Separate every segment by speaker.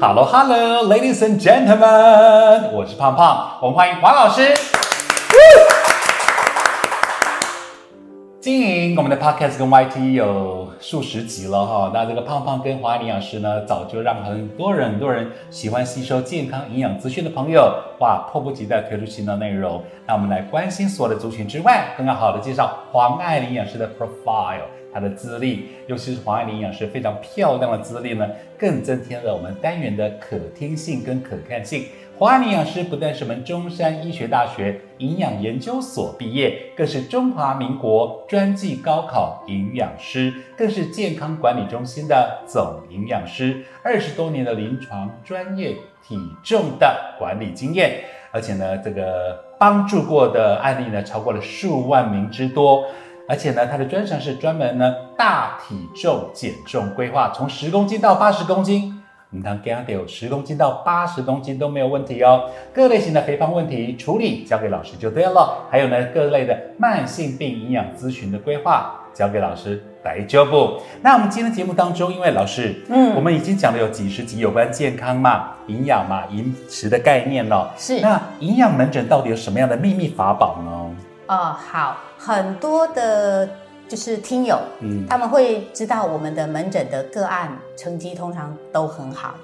Speaker 1: Hello Hello Ladies and Gentlemen，我是胖胖，我们欢迎黄老师。经营我们的 Podcast 跟 YT 有数十集了哈、那这个胖胖跟华营养师呢，早就让很多人很多人喜欢吸收健康营养资讯的朋友，哇，迫不及待推出新的内容。那我们来关心所有的族群之外，更要好的介绍黄爱玲营养师的 profile，她的资历，尤其是黄爱玲营养师非常漂亮的资历呢，更增添了我们单元的可听性跟可看性。黄安营养师不但是我们中山医学大学营养研究所毕业，更是中华民国专技高考营养师，更是健康管理中心的总营养师，二十多年的临床专业体重的管理经验，而且呢，这个帮助过的案例呢，超过了数万名之多。而且呢，他的专长是专门呢大体重减重规划，从十公斤到八十公斤，你看给他有十公斤到八十公斤都没有问题哦。各类型的肥胖问题处理交给老师就对了，还有呢各类的慢性病营养咨询的规划交给老师来交部。那我们今天节目当中，因为老师，
Speaker 2: 嗯
Speaker 1: 我们已经讲了有几十集有关健康嘛、营养嘛、饮食的概念哦。
Speaker 2: 是
Speaker 1: 那营养门诊到底有什么样的秘密法宝呢？
Speaker 2: 呃，好，很多的就是听友，
Speaker 1: 嗯，
Speaker 2: 他们会知道我们的门诊的个案成绩通常都很好，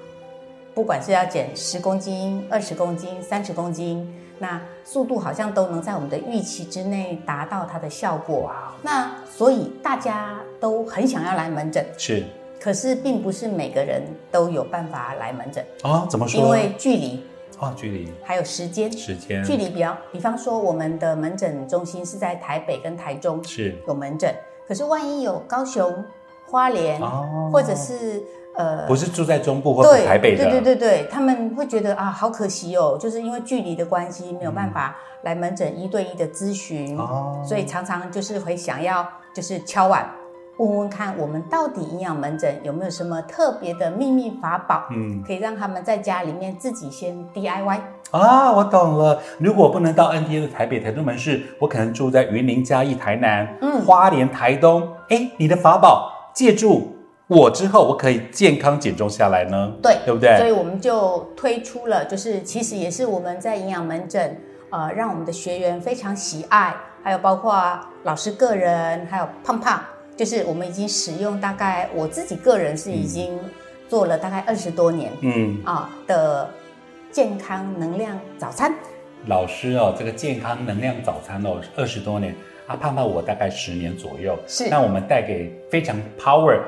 Speaker 2: 不管是要减十公斤、二十公斤、三十公斤，那速度好像都能在我们的预期之内达到它的效果。啊那所以大家都很想要来门诊，
Speaker 1: 是
Speaker 2: 可是并不是每个人都有办法来门诊，
Speaker 1: 哦，怎么说？
Speaker 2: 因为距离
Speaker 1: 哦，距离、
Speaker 2: 还有时间。
Speaker 1: 时间、
Speaker 2: 距离比方比方说，我们的门诊中心是在台北跟台中
Speaker 1: 是
Speaker 2: 有门诊，可是万一有高雄、花莲，
Speaker 1: 哦
Speaker 2: 或者是呃，
Speaker 1: 不是住在中部或者
Speaker 2: 对
Speaker 1: 台北的？
Speaker 2: 对对对对，他们会觉得啊，好可惜哦，就是因为距离的关系，没有办法来门诊一对一的咨询，
Speaker 1: 嗯哦
Speaker 2: 所以常常就是会想要就是敲碗。问问看，我们到底营养门诊有没有什么特别的秘密法宝，
Speaker 1: 嗯
Speaker 2: 可以让他们在家里面自己先 DIY？
Speaker 1: 啊，我懂了。如果不能到 NTA 的台北、台中门市，我可能住在云林、嘉义、台南、
Speaker 2: 嗯
Speaker 1: 花莲、台东。哎，你的法宝借助我之后，我可以健康减重下来呢？
Speaker 2: 对，
Speaker 1: 对不
Speaker 2: 所
Speaker 1: 对？
Speaker 2: 以我们就推出了，就是其实也是我们在营养门诊，呃，让我们的学员非常喜爱，还有包括老师个人，还有胖胖，就是我们已经使用大概我自己个人是已经做了大概二十多年
Speaker 1: 嗯，
Speaker 2: 啊、的健康能量早餐，
Speaker 1: 老师哦，这个健康能量早餐哦，二十多年，啊，胖胖我大概十年左右。
Speaker 2: 是
Speaker 1: 那我们带给非常 power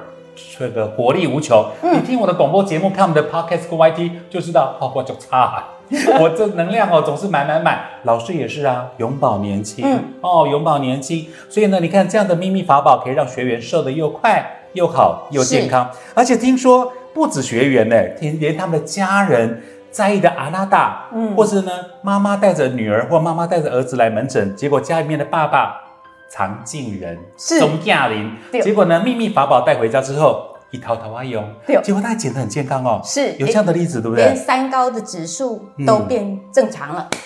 Speaker 1: 这个活力无穷。
Speaker 2: 嗯
Speaker 1: 你听我的广播节目，看我们的 podcast 跟 YT 就知道，哦，我就差、 我这能量哦总是满满满。老师也是啊，永葆年轻、
Speaker 2: 嗯
Speaker 1: 哦，永葆年轻。所以呢，你看这样的秘密法宝可以让学员瘦得又快又好又健康，而且听说不止学员呢，连连他们的家人。在意的阿拉达，
Speaker 2: 嗯
Speaker 1: 或是呢，妈妈带着女儿或妈妈带着儿子来门诊，结果家里面的爸爸常进人，
Speaker 2: 是
Speaker 1: 中亚林，
Speaker 2: 对
Speaker 1: 结果呢，秘密法宝带回家之后，一掏桃花油
Speaker 2: 对，
Speaker 1: 结果他减得很健康哦。
Speaker 2: 是哎
Speaker 1: 有这样的例子，对不
Speaker 2: 连
Speaker 1: 对？
Speaker 2: 三高的指数都变正常了。
Speaker 1: 嗯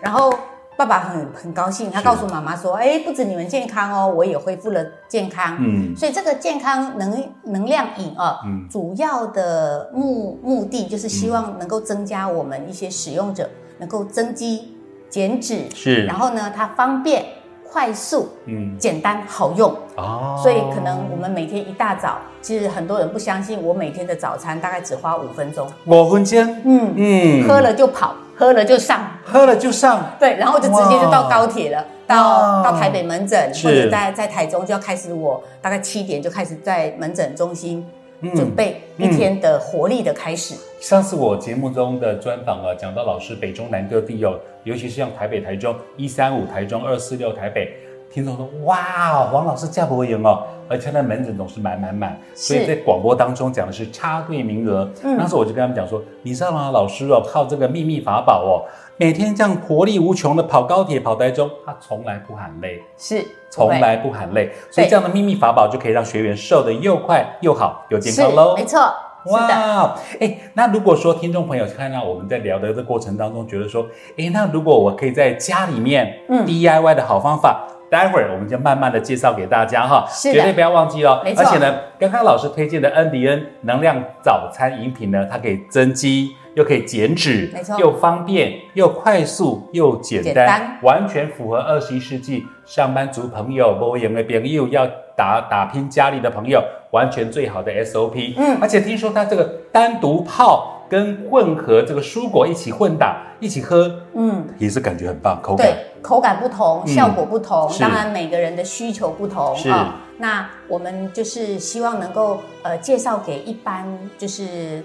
Speaker 2: 然后爸爸很很高兴，他
Speaker 1: 是
Speaker 2: 告诉妈妈说：“哎，不止你们健康哦，我也恢复了健康。
Speaker 1: 嗯
Speaker 2: 所以这个健康能能量饮啊，
Speaker 1: 嗯
Speaker 2: 主要的目目的就是希望能够增加我们一些使用者能够增肌减脂，
Speaker 1: 是
Speaker 2: 然后呢，它方便、快速、
Speaker 1: 嗯，
Speaker 2: 简单、好用。
Speaker 1: 哦，
Speaker 2: 所以可能我们每天一大早，其实很多人不相信，我每天的早餐大概只花五分钟。
Speaker 1: 我婚前，
Speaker 2: 嗯，
Speaker 1: 嗯，
Speaker 2: 喝了就跑，喝了就上，
Speaker 1: 喝了就上，
Speaker 2: 对，然后就直接就
Speaker 1: 哇
Speaker 2: 到高铁了，到
Speaker 1: 哇
Speaker 2: 到台北门诊，
Speaker 1: 是
Speaker 2: 或者在在台中就要开始我，大概七点就开始在门诊中心、
Speaker 1: 嗯
Speaker 2: 准备一天的活力的开始。
Speaker 1: 上次我节目中的专访啊，讲到老师北中南各地有，尤其是像台北、台中一三五、台中二四六、台北，听众说哇，黄老师价不会赢哦，而且他的门诊总是满满满，
Speaker 2: 是
Speaker 1: 所以在广播当中讲的是插队名额。
Speaker 2: 嗯
Speaker 1: 那时候我就跟他们讲说，你知道吗？老师哦，靠这个秘密法宝哦，每天这样活力无穷的跑高铁、跑台中，他从来不喊累。
Speaker 2: 是，
Speaker 1: 从
Speaker 2: 对
Speaker 1: 来不喊累，所以
Speaker 2: 对
Speaker 1: 这样的秘密法宝就可以让学员瘦得又快又好又健
Speaker 2: 是
Speaker 1: 康喽。
Speaker 2: 没错，是的，
Speaker 1: 哇，哎，那如果说听众朋友看到我们在聊的这过程当中，觉得说，哎，那如果我可以在家里面
Speaker 2: 嗯
Speaker 1: DIY 的好方法，待会儿我们就慢慢的介绍给大家哈，
Speaker 2: 是的
Speaker 1: 绝对不要忘记了
Speaker 2: 没。错
Speaker 1: 而且呢，刚刚老师推荐的恩迪恩能量早餐饮品呢，它可以增肌，又可以减脂
Speaker 2: 没错，
Speaker 1: 又方便，又快速，又简单，
Speaker 2: 简单
Speaker 1: 完全符合二十一世纪上班族朋友、无闲的朋友要打打拼家里的朋友，完全最好的 SOP。
Speaker 2: 嗯
Speaker 1: 而且听说它这个单独泡跟混合这个蔬果一起混打一起喝，
Speaker 2: 嗯，
Speaker 1: 也是感觉很棒，口感
Speaker 2: 对，口感不同，
Speaker 1: 嗯
Speaker 2: 效果不同，
Speaker 1: 是
Speaker 2: 当然每个人的需求不同啊
Speaker 1: 是
Speaker 2: 那我们就是希望能够呃介绍给一般就是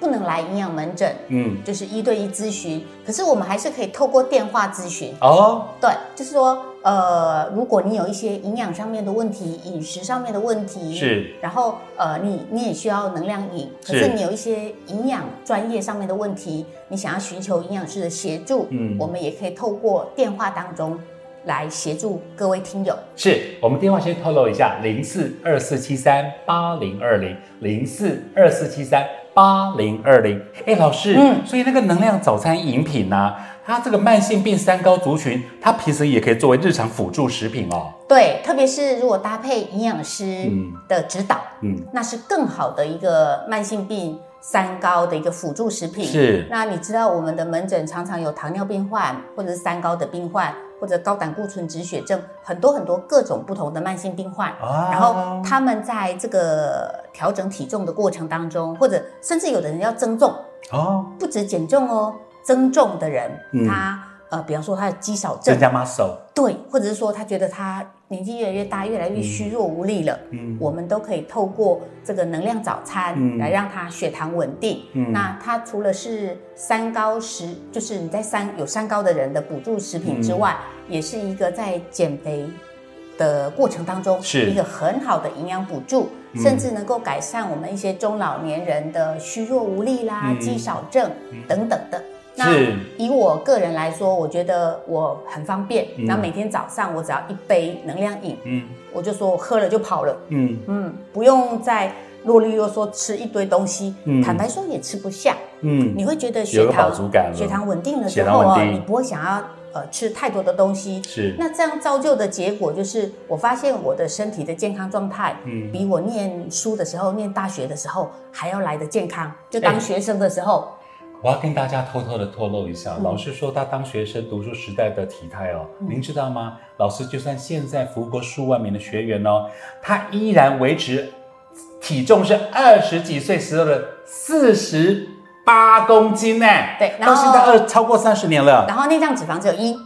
Speaker 2: 不能来营养门诊，
Speaker 1: 嗯
Speaker 2: 就是一对一咨询，可是我们还是可以透过电话咨询。
Speaker 1: 哦。
Speaker 2: 对，就是说，呃，如果你有一些营养上面的问题、饮食上面的问题，，
Speaker 1: 是
Speaker 2: 然后呃，你你也需要能量饮，可
Speaker 1: 是
Speaker 2: 是你有一些营养专业上面的问题，你想要寻求营养师的协助，
Speaker 1: 嗯
Speaker 2: 我们也可以透过电话当中来协助各位听友。
Speaker 1: 是，我们电话先透露一下：零四二四七三八零二零，零四二四七三八零二零。哎，老师，
Speaker 2: 嗯
Speaker 1: 所以那个能量早餐饮品呢、它这个慢性病三高族群，它平时也可以作为日常辅助食品哦。
Speaker 2: 对，特别是如果搭配营养师
Speaker 1: 嗯
Speaker 2: 的指导，
Speaker 1: 嗯，
Speaker 2: 那是更好的一个慢性病三高的一个辅助食品。
Speaker 1: 是
Speaker 2: 那你知道我们的门诊常常有糖尿病患，或者是三高的病患，或者高胆固醇脂血症，很多很多各种不同的慢性病患。
Speaker 1: 啊
Speaker 2: 然后他们在这个调整体重的过程当中，或者甚至有的人要增重，
Speaker 1: 哦，
Speaker 2: 不止减重哦，增重的人，
Speaker 1: 嗯
Speaker 2: 他呃，比方说他的肌少
Speaker 1: 增，
Speaker 2: 症
Speaker 1: 加 muscle，
Speaker 2: 对，或者是说他觉得他年纪越来越大，越来越虚弱无力了，
Speaker 1: 嗯
Speaker 2: 我们都可以透过这个能量早
Speaker 1: 嗯
Speaker 2: 餐来让他血糖稳定。
Speaker 1: 嗯
Speaker 2: 那它除了是三高食，就是你在三有三高的人的补助食品之外，
Speaker 1: 嗯
Speaker 2: 也是一个在减肥的过程当中
Speaker 1: 是
Speaker 2: 一个很好的营养补助，
Speaker 1: 嗯
Speaker 2: 甚至能够改善我们一些中老年人的虚弱无力啦、
Speaker 1: 嗯
Speaker 2: 肌少症等等的。那
Speaker 1: 是
Speaker 2: 以我个人来说，我觉得我很方便。
Speaker 1: 嗯
Speaker 2: 那、每天早上我只要一杯能量饮，
Speaker 1: 嗯
Speaker 2: 我就说我喝了就跑了，
Speaker 1: 嗯，
Speaker 2: 嗯，不用再啰里啰嗦吃一堆东西。
Speaker 1: 嗯
Speaker 2: 坦白说也吃不下，
Speaker 1: 嗯，
Speaker 2: 你会觉得
Speaker 1: 有
Speaker 2: 血
Speaker 1: 个
Speaker 2: 糖
Speaker 1: 饱足感了
Speaker 2: 血糖稳定了
Speaker 1: 血
Speaker 2: 之
Speaker 1: 糖
Speaker 2: 后
Speaker 1: 稳
Speaker 2: 啊，
Speaker 1: 定
Speaker 2: 你不会想要呃吃太多的东西。
Speaker 1: 是
Speaker 2: 那这样造就的结果就是，我发现我的身体的健康状态，
Speaker 1: 嗯
Speaker 2: 比我念书的时候、念大学的时候还要来的健康。就
Speaker 1: 哎
Speaker 2: 当学生的时候，
Speaker 1: 我要跟大家偷偷的透露一下，
Speaker 2: 嗯
Speaker 1: 老师说他当学生读书时代的体态哦，您知道吗？老师就算现在服务过数万名的学员哦，他依然维持体重是二十几岁时候的四十八公斤呢。
Speaker 2: 对然
Speaker 1: 到
Speaker 2: 后
Speaker 1: 现在二超过三十年了，
Speaker 2: 然后内脏脂肪只有一，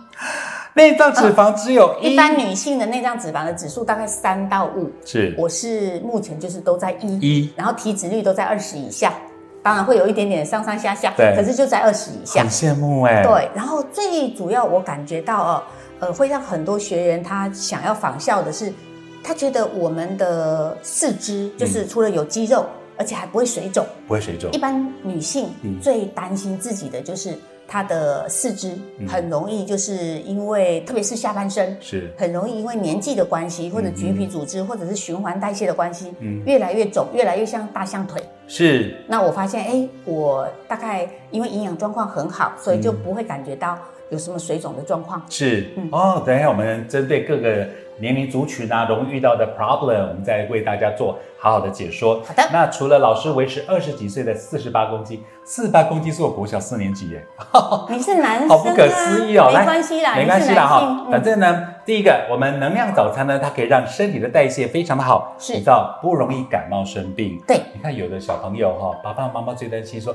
Speaker 1: 内脏脂肪只有一，
Speaker 2: 嗯一般女性的内脏脂肪的指数大概三到五，
Speaker 1: 是
Speaker 2: 我是目前就是都在一，
Speaker 1: 一，
Speaker 2: 然后体脂率都在二十以下，当然会有一点点上上下下，
Speaker 1: 对
Speaker 2: 可是就在二十以下
Speaker 1: 很。羡慕哎。，
Speaker 2: 对，然后最主要我感觉到哦，呃，会让很多学员他想要仿效的是，他觉得我们的四肢
Speaker 1: 嗯
Speaker 2: 就是除了有肌肉，而且还不会水肿。
Speaker 1: 不会水肿
Speaker 2: 一。般女性
Speaker 1: 嗯
Speaker 2: 最担心自己的就是她的四肢
Speaker 1: 嗯
Speaker 2: 很容易就是因为，特别是下半身。
Speaker 1: 是，
Speaker 2: 很容易因为年纪的关系，或者橘皮组织，或者是循环代谢的关系，
Speaker 1: 嗯
Speaker 2: 越来越肿，越来越像大象腿。
Speaker 1: 是，
Speaker 2: 那我发现，哎，我大概因为营养状况很好，所以就不会感觉到有什么水肿的状况。
Speaker 1: 是、
Speaker 2: 嗯
Speaker 1: 哦，等一下我们针对各个年龄族群啊，容易遇到的 problem，我们再为大家做好好的解说。
Speaker 2: 好的
Speaker 1: 那除了老师维持二十几岁的四十八公斤，四十八公斤是我国小四年级耶，
Speaker 2: 你是男生、啊，
Speaker 1: 好不可思哦议哦！来
Speaker 2: 没关系啦，
Speaker 1: 没关系
Speaker 2: 你是
Speaker 1: 啦
Speaker 2: 男
Speaker 1: 哈
Speaker 2: 性。嗯
Speaker 1: 反正呢，第一个我们能量早餐呢，它可以让身体的代谢非常的好，
Speaker 2: 是
Speaker 1: 你知道不容易感冒生病。
Speaker 2: 对，
Speaker 1: 你看有的小朋友哈、爸爸妈妈最担心说，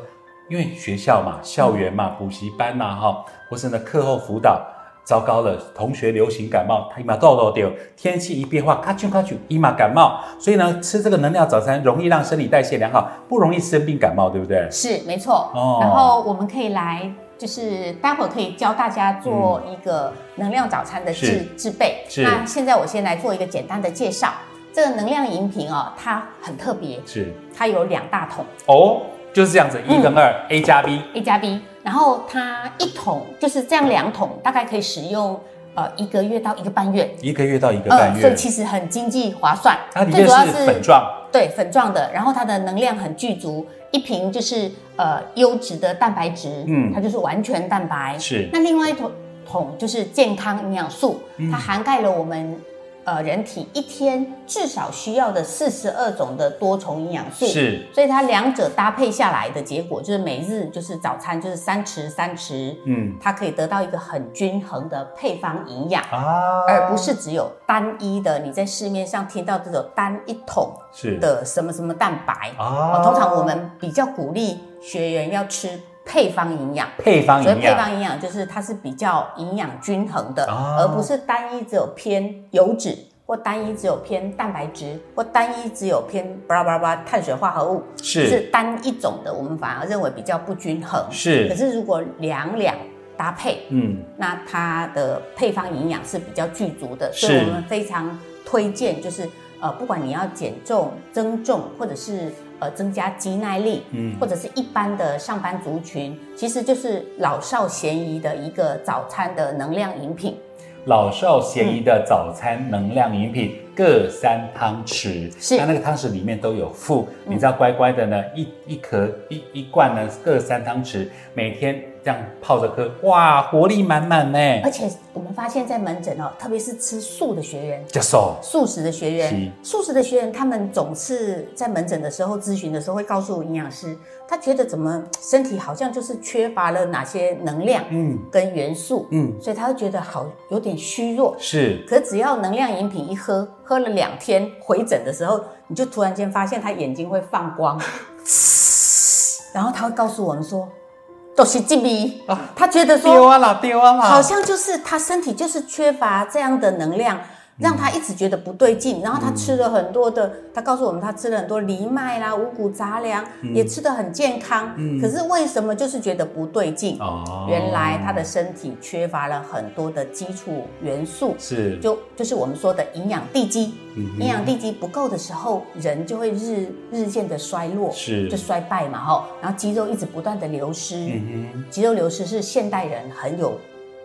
Speaker 1: 因为学校嘛、校园嘛、补习班呐、哈，或是呢课后辅导，糟糕了，同学流行感冒，他一马痘痘丢，天气一变化，咔啾咔啾，一马感冒，所以呢吃这个能量早餐容易让身体代谢良好，不容易生病感冒，对不对？
Speaker 2: 是没错。
Speaker 1: 哦
Speaker 2: 然后我们可以来，就是待会儿可以教大家做一个能量早餐的制制备。
Speaker 1: 嗯是
Speaker 2: 那现在我先来做一个简单的介绍。这个能量饮品哦，它很特别，
Speaker 1: 是
Speaker 2: 它有两大桶
Speaker 1: 哦，就是这样子，一
Speaker 2: 嗯
Speaker 1: 跟二、a 加 B，
Speaker 2: A 加 B，然后它一桶就是这样两桶，大概可以使用呃一个月到一个半月，呃
Speaker 1: 一个月到一个半
Speaker 2: 所
Speaker 1: 月
Speaker 2: 以，其实很经济划算。
Speaker 1: 它里面是粉状，
Speaker 2: 对粉状的，然后它的能量很具足，一瓶就是呃优质的蛋白质，
Speaker 1: 嗯
Speaker 2: 它就是完全蛋白。
Speaker 1: 是
Speaker 2: 那另外一桶硼就是健康营养素，
Speaker 1: 嗯
Speaker 2: 它涵盖了我们呃人体一天至少需要的四十二种的多重营养素。
Speaker 1: 是
Speaker 2: 所以它两者搭配下来的结果，就是每日就是早餐就是三匙三匙，
Speaker 1: 嗯
Speaker 2: 它可以得到一个很均衡的配方营养，
Speaker 1: 啊，
Speaker 2: 而不是只有单一的。你在市面上听到这种单一桶
Speaker 1: 是
Speaker 2: 的什么什么蛋白，
Speaker 1: 啊
Speaker 2: 哦，通常我们比较鼓励学员要吃配方营养。
Speaker 1: 配方
Speaker 2: 所以
Speaker 1: 营
Speaker 2: 配
Speaker 1: 养
Speaker 2: 方营养就是它是比较营养均衡的，
Speaker 1: 哦
Speaker 2: 而不是单一只有偏油脂，或单一只有偏蛋白质，或单一只有偏巴拉巴拉巴拉碳水化合物，
Speaker 1: 是
Speaker 2: 单一种的，我们反而认为比较不均衡。可
Speaker 1: 是
Speaker 2: 是如果两两搭配，
Speaker 1: 嗯
Speaker 2: 那它的配方营养是比较具足的，
Speaker 1: 是
Speaker 2: 所以我们非常推荐，就是呃，不管你要减重、增重，或者是呃增加肌耐力，
Speaker 1: 嗯
Speaker 2: 或者是一般的上班族群，其实就是老少咸宜的一个早餐的能量饮品。
Speaker 1: 老少咸宜的早餐能量饮品各三汤匙，
Speaker 2: 是嗯
Speaker 1: 那那个汤匙里面都有附，你知道乖乖的呢，一一颗一一罐呢各三汤匙，每天这样泡着喝，哇，活力满满呢，
Speaker 2: 而且我们发现，在门诊哦，特别是吃素的学员。
Speaker 1: 接受
Speaker 2: 素食的学员，素食的学员，他们总是在门诊的时候咨询的时候会告诉营养师，他觉得怎么身体好像就是缺乏了哪些能量
Speaker 1: 嗯
Speaker 2: 跟元素，
Speaker 1: 嗯
Speaker 2: 所以他会觉得好有点虚弱。
Speaker 1: 是
Speaker 2: 可只要能量饮品一喝，喝了两天回诊的时候，你就突然间发现他眼睛会放光，然后他会告诉我们说，都是这味，
Speaker 1: 啊
Speaker 2: 他觉得说
Speaker 1: 丢啊啦丢啊啦，
Speaker 2: 好像就是他身体就是缺乏这样的能量，让他一直觉得不对
Speaker 1: 嗯
Speaker 2: 劲。然后他吃了很多的，他告诉我们他吃了很多藜麦啦、五谷杂粮，
Speaker 1: 嗯
Speaker 2: 也吃得很健康。可是为什么就是觉得不对劲？
Speaker 1: 哦
Speaker 2: 原来他的身体缺乏了很多的基础元素，
Speaker 1: 是
Speaker 2: 就就是我们说的营养地基。
Speaker 1: 嗯哼
Speaker 2: 营养地基不够的时候，人就会日日渐的衰落，
Speaker 1: 是
Speaker 2: 就衰败嘛吼，然后肌肉一直不断的流失，
Speaker 1: 嗯哼
Speaker 2: 肌肉流失是现代人很有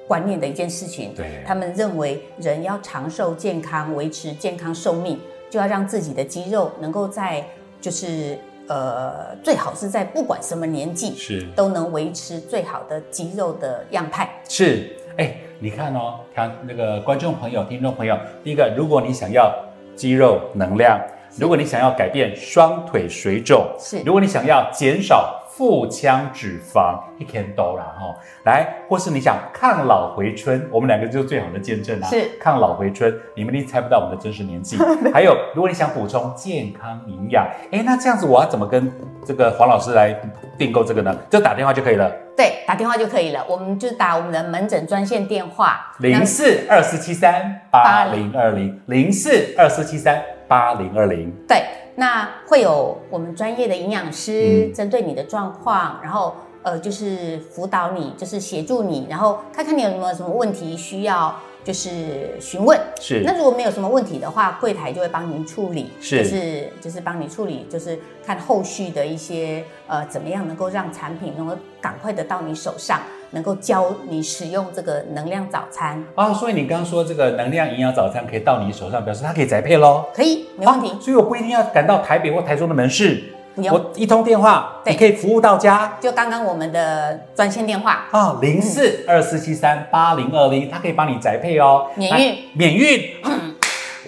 Speaker 2: 观念的一件事情。
Speaker 1: 对
Speaker 2: 他们认为人要长寿健康、维持健康寿命，就要让自己的肌肉能够在就是呃，最好是在不管什么年纪
Speaker 1: 是
Speaker 2: 都能维持最好的肌肉的样态。
Speaker 1: 是，哎，你看哦，看那个观众朋友、听众朋友，第一个，如果你想要肌肉能量，如果你想要改变双腿水肿，
Speaker 2: 是
Speaker 1: 如果你想要减少腹腔脂肪，一天都啦哈、来，或是你想抗老回春，我们两个就是最好的见证啦、啊
Speaker 2: 是
Speaker 1: 抗老回春，你们一定猜不到我们的真实年 纪。还有，如果你想补充健康营养，哎，那这样子我要怎么跟这个黄老师来订购这个呢？就打电话就可以了。
Speaker 2: 对，打电话就可以了，我们就打我们的门诊专线电话。那
Speaker 1: 零四二四七三八零二零零四二四七三八零二零，
Speaker 2: 对，那会有我们专业的营养师
Speaker 1: 嗯
Speaker 2: 针对你的状况，然后呃，就是辅导你，呃就是协助你，然后看看你有没有什么问题需要就是询问。
Speaker 1: 是
Speaker 2: 那如果没有什么问题的话，柜台就会帮您处理，
Speaker 1: 是
Speaker 2: 就是就是帮你处理，就是看后续的一些呃怎么样能够让产品能够赶快的到你手上，能够教你使用这个能量早餐，
Speaker 1: 啊、所以你刚刚说这个能量营养早餐可以到你手上，表示它可以宅配喽，
Speaker 2: 可以没问题。
Speaker 1: 啊所以我不一定要赶到台北或台中的门市，
Speaker 2: 不用
Speaker 1: 我一通电话，
Speaker 2: 对
Speaker 1: 你可以服务到家
Speaker 2: 就刚刚我们的专线电话，
Speaker 1: 啊，零四二四七三八零二零，它可以帮你宅配哦，
Speaker 2: 免
Speaker 1: 来
Speaker 2: 运，嗯
Speaker 1: 免运。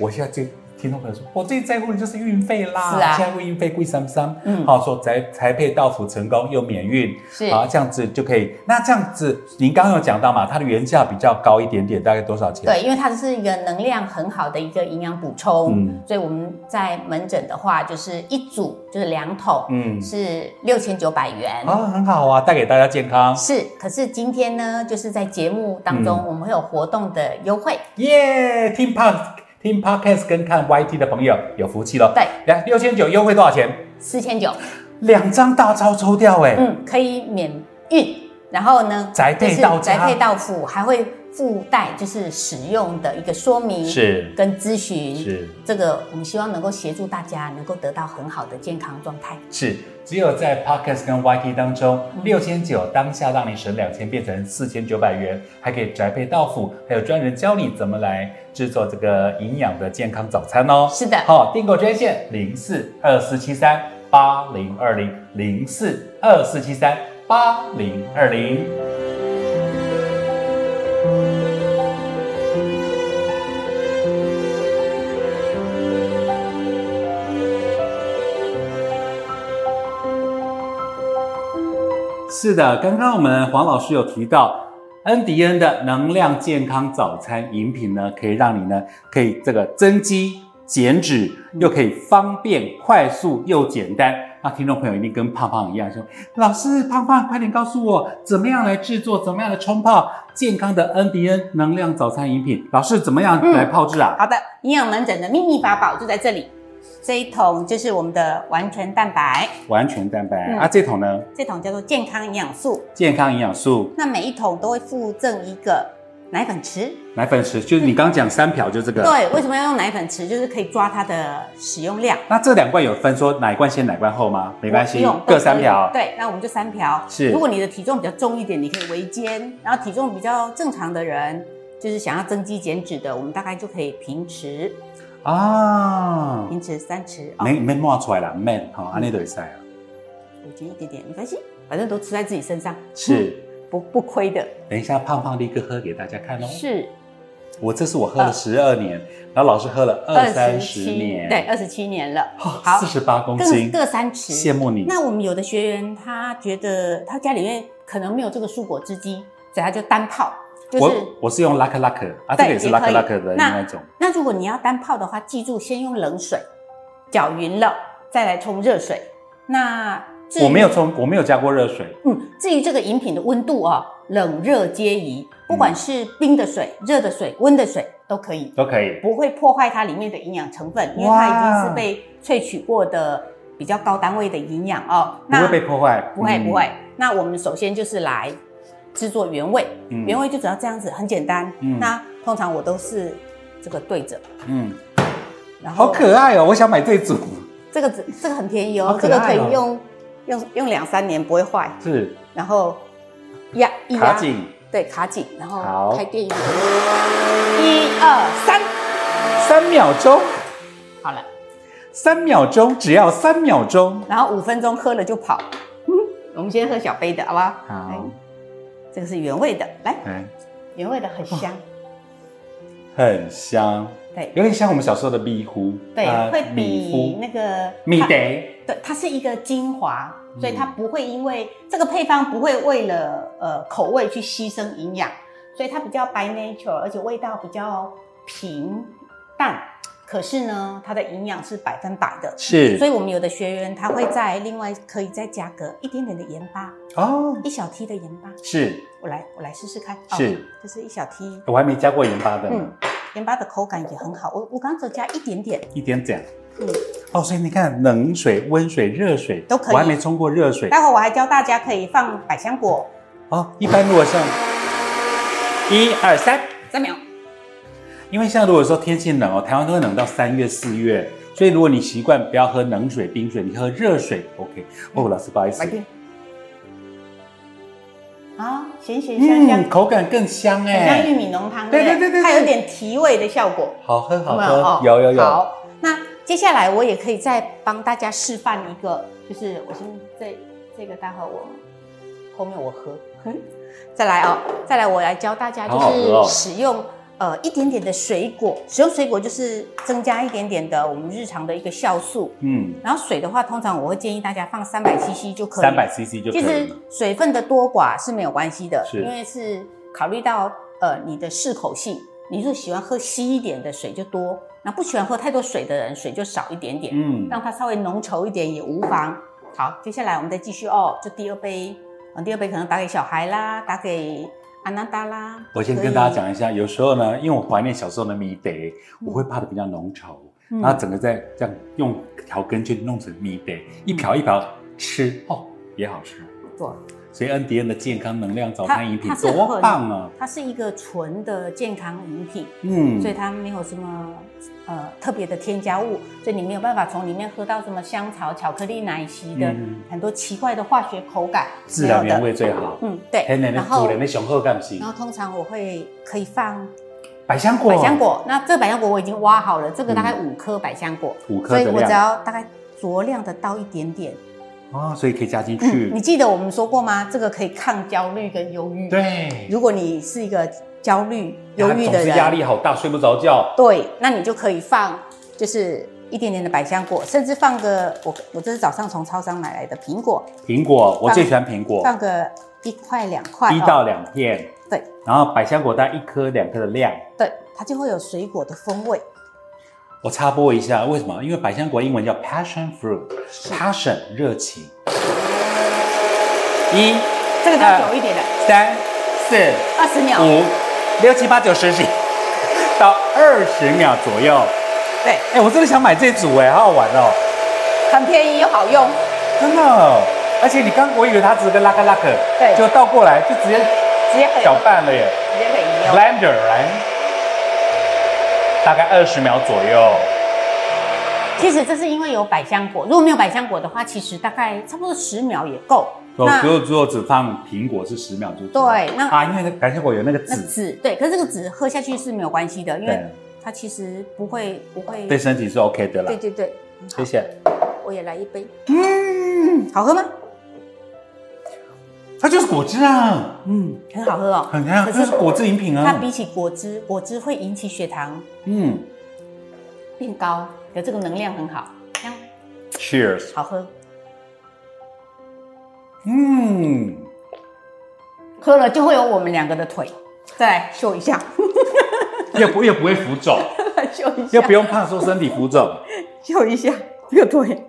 Speaker 1: 我现在最听众朋友说，我最在乎的就是运费啦，
Speaker 2: 是啊
Speaker 1: 现在运费贵三三，
Speaker 2: 嗯
Speaker 1: 好、说宅宅配到府成功又免运，
Speaker 2: 是
Speaker 1: 好，这样子就可以。那这样子，您刚刚有讲到嘛，它的原价比较高一点点，大概多少钱？，
Speaker 2: 对，因为它是一个能量很好的一个营养补充，
Speaker 1: 嗯
Speaker 2: 所以我们在门诊的话，就是一组就是两桶，
Speaker 1: 嗯
Speaker 2: 是六千九百元。
Speaker 1: 啊，很好啊，带给大家健康，
Speaker 2: 是，可是今天呢，就是在节目当中，
Speaker 1: 嗯
Speaker 2: 我们会有活动的优惠，
Speaker 1: 耶、听 pod 听 podcast 跟看 YT 的朋友有福气了。
Speaker 2: 对，
Speaker 1: 来六千九优惠多少钱？
Speaker 2: 四千九，
Speaker 1: 两张大钞抽掉哎、
Speaker 2: 嗯，可以免运，然后呢，
Speaker 1: 宅配到
Speaker 2: 就是
Speaker 1: 家
Speaker 2: 宅配到府，还会附带就是使用的一个说明，
Speaker 1: 是
Speaker 2: 跟咨询，
Speaker 1: 是
Speaker 2: 这个我们希望能够协助大家能够得到很好的健康状态。
Speaker 1: 是，只有在 Podcast 跟 YT 当中，
Speaker 2: 嗯
Speaker 1: 六千九当下让你省两千，变成四千九百元，还可以宅配到府，还有专人教你怎么来制作这个营养的健康早餐哦。
Speaker 2: 是的
Speaker 1: 好、订购专线零四二四七三八零二零零四二四七三八零二零。是的，刚刚我们黄老师有提到，恩迪恩的能量健康早餐饮品呢，可以让你呢可以这个增肌减脂，又可以方便快速又简单。那听众朋友一定跟胖胖一样说，老师胖胖快点告诉我怎么样来制作，怎么样来冲泡健康的恩迪恩能量早餐饮品？老师怎么样来泡制啊？
Speaker 2: 好的，营养门诊的秘密法宝就在这里。这一桶就是我们的完全蛋白，
Speaker 1: 完全蛋白、
Speaker 2: 嗯
Speaker 1: 啊，这桶呢
Speaker 2: 这桶叫做健康营养素。
Speaker 1: 健康营养素
Speaker 2: 那每一桶都会附赠一个奶粉池。
Speaker 1: 奶粉池，就是你刚讲三瓢就这个。
Speaker 2: 对，为什么要用奶粉池？就是可以抓它的使用量。
Speaker 1: 那这两罐有分说哪一罐先哪一罐后吗？没关系
Speaker 2: 不用，
Speaker 1: 各三瓢。
Speaker 2: 对，那我们就三瓢。
Speaker 1: 是
Speaker 2: 如果你的体重比较重一点，你可以围肩；然后体重比较正常的人，就是想要增肌减脂的，我们大概就可以平持，
Speaker 1: 啊，
Speaker 2: 平持三匙啊，
Speaker 1: 没没冒出来啦，没
Speaker 2: 嗯
Speaker 1: 好，安尼都会使啊。
Speaker 2: 我觉得一点点没关系，反正都吃在自己身上，嗯
Speaker 1: 是，
Speaker 2: 不不亏的。
Speaker 1: 等一下胖胖立刻喝给大家看哦。
Speaker 2: 是嗯
Speaker 1: 我这是我喝了十二年，然后老师喝了二三十
Speaker 2: 27
Speaker 1: 年，
Speaker 2: 对，，二十七年了。
Speaker 1: 四十八公
Speaker 2: 各
Speaker 1: 斤，
Speaker 2: 各三匙
Speaker 1: 羡。慕你。
Speaker 2: 那我们有的学员他觉得他家里面可能没有这个蔬果汁机，所以他就单泡，就
Speaker 1: 我
Speaker 2: 是。
Speaker 1: 我是用 luck luck 啊，
Speaker 2: 对
Speaker 1: 这个也是
Speaker 2: 也可
Speaker 1: luck
Speaker 2: 以
Speaker 1: luck 的
Speaker 2: 那
Speaker 1: 那种，
Speaker 2: 那如果你要单泡的话，记住先用冷水搅匀了，再来冲热水。那至于
Speaker 1: 我没有冲，我没有加过热水，
Speaker 2: 嗯，至于这个饮品的温度啊、冷热皆宜，不
Speaker 1: 嗯
Speaker 2: 管是冰的水、热的水、温的水都可以，
Speaker 1: 都可以。
Speaker 2: 不会破坏它里面的营养成分，因为
Speaker 1: 哇
Speaker 2: 它已经是被萃取过的比较高单位的营养哦。
Speaker 1: 不会被破坏，
Speaker 2: 不会
Speaker 1: 嗯
Speaker 2: 不会。那我们首先就是来制作原味，
Speaker 1: 嗯
Speaker 2: 原味就只要这样子，很简单。
Speaker 1: 嗯
Speaker 2: 那通常我都是这个对着，
Speaker 1: 嗯，
Speaker 2: 然后
Speaker 1: 好可爱哦，我想买这组，
Speaker 2: 这个只这个很便宜
Speaker 1: 好
Speaker 2: 哦，
Speaker 1: 可
Speaker 2: 这
Speaker 1: 爱哦
Speaker 2: 个可以用用用两三年不会坏，
Speaker 1: 是
Speaker 2: 然后压一压
Speaker 1: 卡紧。
Speaker 2: 对卡紧，然
Speaker 1: 好
Speaker 2: 后开电源，一二三，
Speaker 1: 三秒钟，
Speaker 2: 好了，
Speaker 1: 三秒钟，只要三秒钟。
Speaker 2: 然后五分钟喝了就跑。 嗯，我们先喝小杯的好不好？
Speaker 1: 好
Speaker 2: 来，这个是原味的，来
Speaker 1: 哎，
Speaker 2: 原味的很香，
Speaker 1: 很香，
Speaker 2: 对
Speaker 1: 有点像我们小时候的米糊，
Speaker 2: 对，
Speaker 1: 呃
Speaker 2: 会
Speaker 1: 米
Speaker 2: 比
Speaker 1: 糊
Speaker 2: 那个
Speaker 1: 米
Speaker 2: 它
Speaker 1: 得，
Speaker 2: 对，它是一个精华，
Speaker 1: 嗯
Speaker 2: 所以它不会因为这个配方不会为了呃口味去牺牲营养，所以它比较 by nature，而且味道比较平淡。可是呢，它的营养是百分百的，
Speaker 1: 是
Speaker 2: 所以我们有的学员他会在另外可以再加个一点点的盐巴，
Speaker 1: 哦，
Speaker 2: 一小滴的盐巴，
Speaker 1: 是，
Speaker 2: 我来我来试试看，哦
Speaker 1: 是
Speaker 2: 这是一小滴，
Speaker 1: 我还没加过盐巴的呢，
Speaker 2: 嗯，盐巴的口感也很好，我我刚刚只加一点点，
Speaker 1: 一点点。
Speaker 2: 嗯，
Speaker 1: 哦，所以你看，冷水、温水、热水
Speaker 2: 都可以
Speaker 1: 我还没冲过热水
Speaker 2: 待会我还教大家可以放百香果，
Speaker 1: 哦。一般如果像一二三，
Speaker 2: 三秒。
Speaker 1: 因为像如果说天气冷哦，台湾都会冷到三月、四月，所以如果你习惯不要喝冷水、冰水，你喝热水 OK。哦，老师不好意思
Speaker 2: 嗯来，听。啊，咸咸香香，
Speaker 1: 嗯嗯，口感更香
Speaker 2: 很像
Speaker 1: 哎
Speaker 2: 玉，米浓汤，
Speaker 1: 对
Speaker 2: 不
Speaker 1: 对对对对
Speaker 2: 它有点提味的效果。
Speaker 1: 好喝好
Speaker 2: 有没有哦
Speaker 1: 喝，有有有，
Speaker 2: 好，那接下来我也可以再帮大家示范一个，就是我先这这个，待会我后面我喝。嗯再来哦，再来我来教大家，就
Speaker 1: 好好喝哦
Speaker 2: 是使用呃一点点的水果，使用水果就是增加一点点的我们日常的一个酵素。
Speaker 1: 嗯，
Speaker 2: 然后水的话，通常我会建议大家放三百 CC 就可以了。
Speaker 1: 三百 CC 就可
Speaker 2: 其
Speaker 1: 以
Speaker 2: 实
Speaker 1: 了。
Speaker 2: 水分的多寡是没有关系的，
Speaker 1: 是
Speaker 2: 因为是考虑到呃你的适口性。你若喜欢喝稀一点的水就多，那不喜欢喝太多水的人水就少一点点，
Speaker 1: 嗯，
Speaker 2: 让它稍微浓稠一点也无妨。好，接下来我们再继续哦，就第二杯，嗯，第二杯可能打给小孩啦，打给安娜达啦。
Speaker 1: 我先
Speaker 2: 可以
Speaker 1: 跟大家，讲一下，有时候呢，因为我怀念小时候的米得，我会泡的比较浓稠，
Speaker 2: 嗯
Speaker 1: 然后整个再这样用调羹去弄成米得，
Speaker 2: 嗯
Speaker 1: 一瓢一瓢吃哦，也好吃。
Speaker 2: 对，
Speaker 1: 所以恩迪恩的健康能量早
Speaker 2: 它
Speaker 1: 餐饮品
Speaker 2: 它是
Speaker 1: 多
Speaker 2: 很
Speaker 1: 棒啊！
Speaker 2: 它是一个纯的健康饮品，
Speaker 1: 嗯
Speaker 2: 所以，它没有什么呃特别的添加物，所以你没有办法从里面喝到什么香草、巧克力、奶昔的、
Speaker 1: 嗯
Speaker 2: 很多奇怪的化学口感，
Speaker 1: 自然
Speaker 2: 没有
Speaker 1: 原
Speaker 2: 的。
Speaker 1: 味最好。
Speaker 2: 嗯，对
Speaker 1: 天。然的
Speaker 2: 然后
Speaker 1: 主人的雄厚干型
Speaker 2: 然，后通常我会可以放
Speaker 1: 百香果，
Speaker 2: 百香果，那这百香果我已经挖好了，这个大概五颗百香果，
Speaker 1: 嗯五颗
Speaker 2: 所以
Speaker 1: 的
Speaker 2: 我只
Speaker 1: 量
Speaker 2: 要大概酌量的倒一点点。
Speaker 1: 哦，所以可以加进
Speaker 2: 嗯
Speaker 1: 去
Speaker 2: 你。记得我们说过吗？这个可以抗焦虑跟忧郁。。
Speaker 1: 对，哎
Speaker 2: 如果你是一个焦虑、忧郁的
Speaker 1: 总是
Speaker 2: 人，
Speaker 1: 压力好大，睡不着觉。
Speaker 2: 对，那你就可以放就是一点点的百香果，甚至放个我我这是早上从超商买来的苹果，
Speaker 1: 苹果，我
Speaker 2: 放
Speaker 1: 最喜欢苹果，
Speaker 2: 放个一块两块，
Speaker 1: 哦一到两片。
Speaker 2: 对，
Speaker 1: 然后百香果大概一颗两颗的量。
Speaker 2: 哦、对，它就会有水果的风味。
Speaker 1: 我插播一下，为什么？因为百香果英文叫 passion fruit，passion 热情。一、
Speaker 2: 这个要久一点的，
Speaker 1: 三、四、
Speaker 2: 二十秒，
Speaker 1: 五、六、七、八、九、十、十一到二十秒左右。
Speaker 2: 对，
Speaker 1: 哎、我真的想买这组哎、好好玩哦，
Speaker 2: 很便宜又好用。
Speaker 1: 真的哦。而且你刚我以为它只是个拉克拉克，
Speaker 2: 对
Speaker 1: 就倒过来就直接
Speaker 2: 直接可以
Speaker 1: 搅拌了耶。
Speaker 2: 直接可以用。
Speaker 1: Blender 来，大概二十秒左右。
Speaker 2: 其实这是因为有百香果，如果没有百香果的话，其实大概差不多十秒也够。
Speaker 1: 我最后最后只放苹果是十秒就足了
Speaker 2: 对那
Speaker 1: 啊，因为那个百香果有那个
Speaker 2: 那
Speaker 1: 籽，
Speaker 2: 籽对，可是这个籽喝下去是没有关系的，因为
Speaker 1: 对，
Speaker 2: 它其实不会不会。
Speaker 1: 对身体是 OK 的啦
Speaker 2: 对。对对，
Speaker 1: 谢谢。
Speaker 2: 我也来一杯。嗯，好喝吗？
Speaker 1: 它就是果汁啊，
Speaker 2: 嗯，很好喝哦。
Speaker 1: 很看
Speaker 2: 可
Speaker 1: 它
Speaker 2: 是
Speaker 1: 就是果汁饮品
Speaker 2: 它
Speaker 1: 啊。
Speaker 2: 比起果汁，果汁会引起血糖
Speaker 1: 嗯
Speaker 2: 变高，可这个能量很好，香，
Speaker 1: ，Cheers。
Speaker 2: 好喝。
Speaker 1: 嗯，
Speaker 2: 喝了就会有我们两个的腿。再来秀一下，
Speaker 1: 又不又不会浮肿，
Speaker 2: 来秀一
Speaker 1: 又
Speaker 2: 下
Speaker 1: 不，用怕说身体浮肿。
Speaker 2: 秀一下这个腿，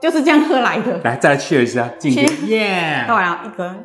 Speaker 2: 就是这样喝来的。
Speaker 1: 来，再来 cheers 一下，敬杯
Speaker 2: Cheers
Speaker 1: 耶！
Speaker 2: 喝完了一根，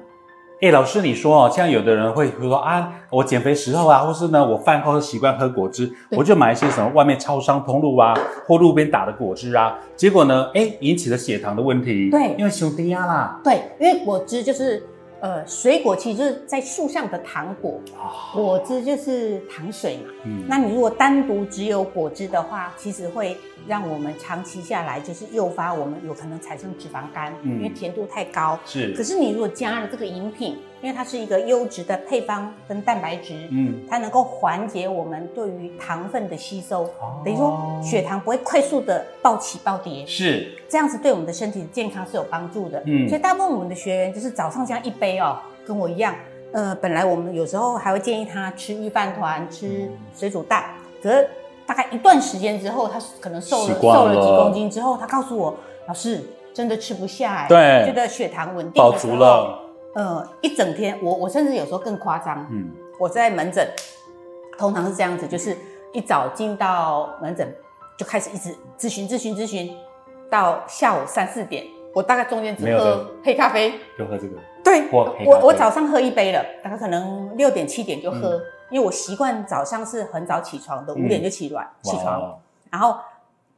Speaker 1: 哎，老师，你说哦，像有的人会会说啊，我减肥时候啊，或是呢，我饭后习惯喝果汁，
Speaker 2: 对
Speaker 1: 我就买一些什么外面超商通路啊，或路边打的果汁啊，结果呢，哎，引起了血糖的问题。
Speaker 2: 对
Speaker 1: 因为熊低压啦。
Speaker 2: 对，因为果汁就是呃水果，其实就是在树上的糖果，
Speaker 1: 啊，
Speaker 2: 果汁就是糖水嘛。
Speaker 1: 嗯，
Speaker 2: 那你如果单独只有果汁的话，其实会让我们长期下来就是诱发我们有可能产生脂肪肝，
Speaker 1: 嗯
Speaker 2: 因为甜度太高。可
Speaker 1: 是，
Speaker 2: 是你如果加了这个饮品，因为它是一个优质的配方跟蛋白质，
Speaker 1: 嗯，
Speaker 2: 它能够缓解我们对于糖分的吸收，
Speaker 1: 哦
Speaker 2: 等于说血糖不会快速的暴起暴跌，
Speaker 1: 是，
Speaker 2: 这样子对我们的身体健康是有帮助的。
Speaker 1: 嗯
Speaker 2: 所以大部分我们的学员就是早上这样一杯哦，跟我一样，呃，本来我们有时候还会建议他吃预饭团、吃
Speaker 1: 嗯
Speaker 2: 水煮蛋，可是大概一段时间之后，他可能瘦
Speaker 1: 习
Speaker 2: 了
Speaker 1: 惯
Speaker 2: 瘦了
Speaker 1: 了
Speaker 2: 几公斤之后，他告诉我老师真的吃不下、哎，
Speaker 1: 对
Speaker 2: 觉得血糖稳定，
Speaker 1: 饱足。了，
Speaker 2: 呃，一整天，我我甚至有时候更夸张，
Speaker 1: 嗯，
Speaker 2: 我在门诊通常是这样子，就是一早进到门诊就开始一直咨询、咨询、咨询，到下午三四点，我大概中间
Speaker 1: 没
Speaker 2: 只
Speaker 1: 有
Speaker 2: 喝
Speaker 1: 的
Speaker 2: 黑咖啡。
Speaker 1: 就喝这个。
Speaker 2: 对，
Speaker 1: 或黑咖啡
Speaker 2: 我我早上喝一杯了，大概可能六点七点就喝，因为我习惯早上是很早起床的，
Speaker 1: 嗯
Speaker 2: 五点就起床、起
Speaker 1: 哇
Speaker 2: 床，
Speaker 1: 哦，
Speaker 2: 然后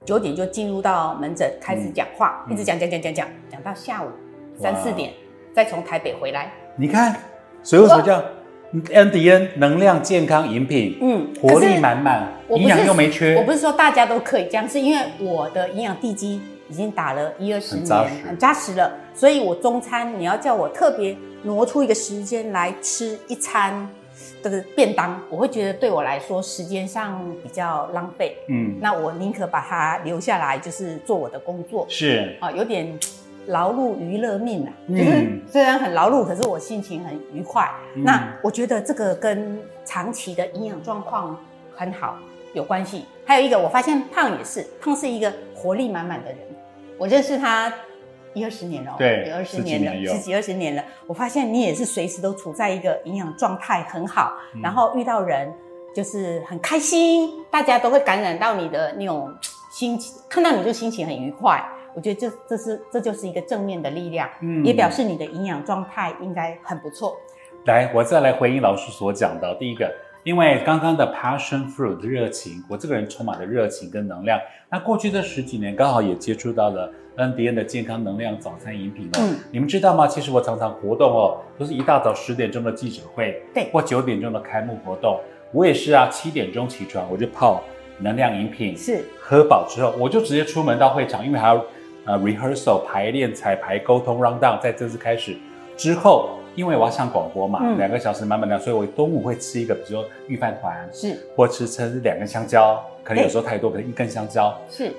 Speaker 2: 九点就进入到门诊开始讲话，
Speaker 1: 嗯
Speaker 2: 一直讲讲讲讲讲，讲到下午
Speaker 1: 哇
Speaker 2: 三四点，再从台北回来。
Speaker 1: 你看，所以为什么叫 N D N 能量健康饮品，
Speaker 2: 嗯，
Speaker 1: 活
Speaker 2: 可
Speaker 1: 力
Speaker 2: 是
Speaker 1: 满满，
Speaker 2: 我不
Speaker 1: 营
Speaker 2: 是
Speaker 1: 养又没
Speaker 2: 我
Speaker 1: 缺，
Speaker 2: 不是说大家都可以这样，是因为我的营养地基已经打了一二十
Speaker 1: 很
Speaker 2: 年，
Speaker 1: 扎实
Speaker 2: 很扎实了，所以我中餐你要叫我特别挪出一个时间来吃一餐这个便当，我会觉得对我来说时间上比较浪费，
Speaker 1: 嗯，
Speaker 2: 那我宁可把它留下来，就是做我的工作
Speaker 1: 是，
Speaker 2: 啊，有点劳碌娱乐命啊，
Speaker 1: 嗯
Speaker 2: 就是虽然很劳碌，可是我心情很愉快。
Speaker 1: 嗯
Speaker 2: 那我觉得这个跟长期的营养状况很好有关系。还有一个，我发现胖也是，胖是一个活力满满的人。我认识他一二十年了哦，
Speaker 1: 对
Speaker 2: 有二
Speaker 1: 十
Speaker 2: 十
Speaker 1: 几
Speaker 2: 年
Speaker 1: 年
Speaker 2: 了，
Speaker 1: 有
Speaker 2: 十几二十年了。我发现你也是随时都处在一个营养状态很好，
Speaker 1: 嗯
Speaker 2: 然后遇到人就是很开心，大家都会感染到你的那种心情，看到你就心情很愉快。我觉得这这是这就是一个正面的力量，
Speaker 1: 嗯
Speaker 2: 也表示你的营养状态应该很不错。
Speaker 1: 来，我再来回应老师所讲的。第一个，因为刚刚的 passion fruit 热情，我这个人充满了热情跟能量。那过去这十几年，刚好也接触到了 NDN 的健康能量早餐饮品哦。
Speaker 2: 嗯
Speaker 1: 你们知道吗？其实我常常活动哦，都是一大早十点钟的记者会，
Speaker 2: 对
Speaker 1: 或九点钟的开幕活动。我也是啊，七点钟起床我就泡能量饮品，
Speaker 2: 是
Speaker 1: 喝饱之后，我就直接出门到会场，因为还要呃 rehearsal 排练、彩排、沟通、round down，再正式开始之后，因为我要上广播嘛，
Speaker 2: 嗯
Speaker 1: 两个小时满满的，所以我中午会吃一个，比如说预饭团，
Speaker 2: 是
Speaker 1: 或吃吃两根香蕉，可能有时候太多，可能一根香蕉。
Speaker 2: 是，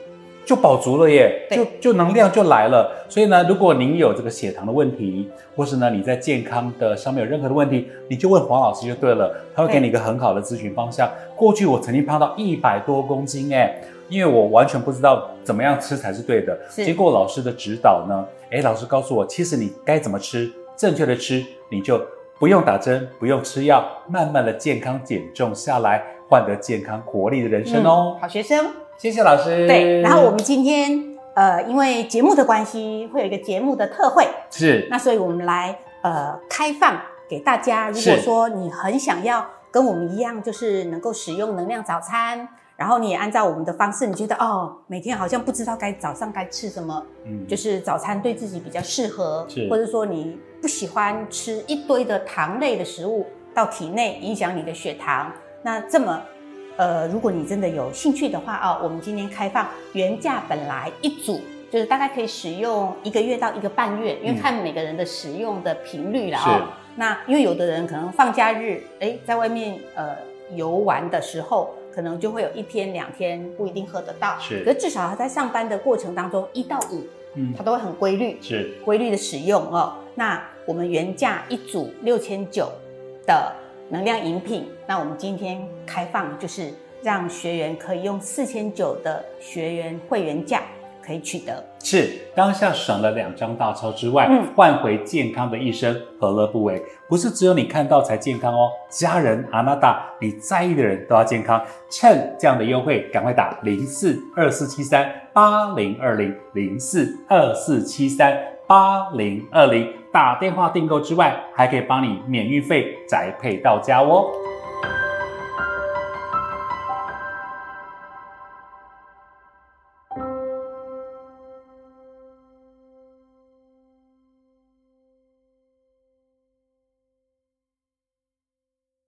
Speaker 1: 就饱足了耶，
Speaker 2: 对
Speaker 1: 就就能量就来了。所以呢，如果您有这个血糖的问题，或是呢你在健康的上面有任何的问题，你就问黄老师就对了，他会给你一个很好的咨询方向。过去我曾经胖到一百多公斤哎，因为我完全不知道怎么样吃才是对的。
Speaker 2: 是
Speaker 1: 结果老师的指导呢，哎，老师告诉我，其实你该怎么吃，正确的吃，你就不用打针，不用吃药，慢慢的健康减重下来，换得健康活力的人生哦。
Speaker 2: 好学生。
Speaker 1: 谢谢老师。
Speaker 2: 嗯对，然后我们今天呃，因为节目的关系，会有一个节目的特惠，
Speaker 1: 是
Speaker 2: 那所以我们来呃开放给大家，如果
Speaker 1: 是
Speaker 2: 说你很想要跟我们一样，就是能够使用能量早餐，然后你也按照我们的方式，你觉得哦，每天好像不知道该早上该吃什么，
Speaker 1: 嗯
Speaker 2: 就是早餐对自己比较适合
Speaker 1: 是，
Speaker 2: 或者说你不喜欢吃一堆的糖类的食物到体内影响你的血糖，那这么。呃，如果你真的有兴趣的话啊、我们今天开放原价本来一组，就是大概可以使用一个月到一个半月，因
Speaker 1: 嗯
Speaker 2: 为看每个人的使用的频率了
Speaker 1: 是
Speaker 2: 哦。那因为有的人可能放假日，哎，在外面呃游玩的时候，可能就会有一天两天不一定喝得到，
Speaker 1: 是
Speaker 2: 可至少他在上班的过程当中，一到五
Speaker 1: 嗯
Speaker 2: 它都会很规律，
Speaker 1: 是
Speaker 2: 规律的使用哦。那我们原价一组六千九的能量饮品，那我们今天开放就是让学员可以用四千九的学员会员价可以取得。
Speaker 1: 是，当下省了两张大钞之外，
Speaker 2: 嗯
Speaker 1: 换回健康的一生，何乐不为？不是只有你看到才健康哦，家人、阿娜达，你在意的人都要健康。趁这样的优惠，赶快打零四二四七三八零二零零四二四七三八零二零，打电话订购之外，还可以帮你免运费宅配到家哦。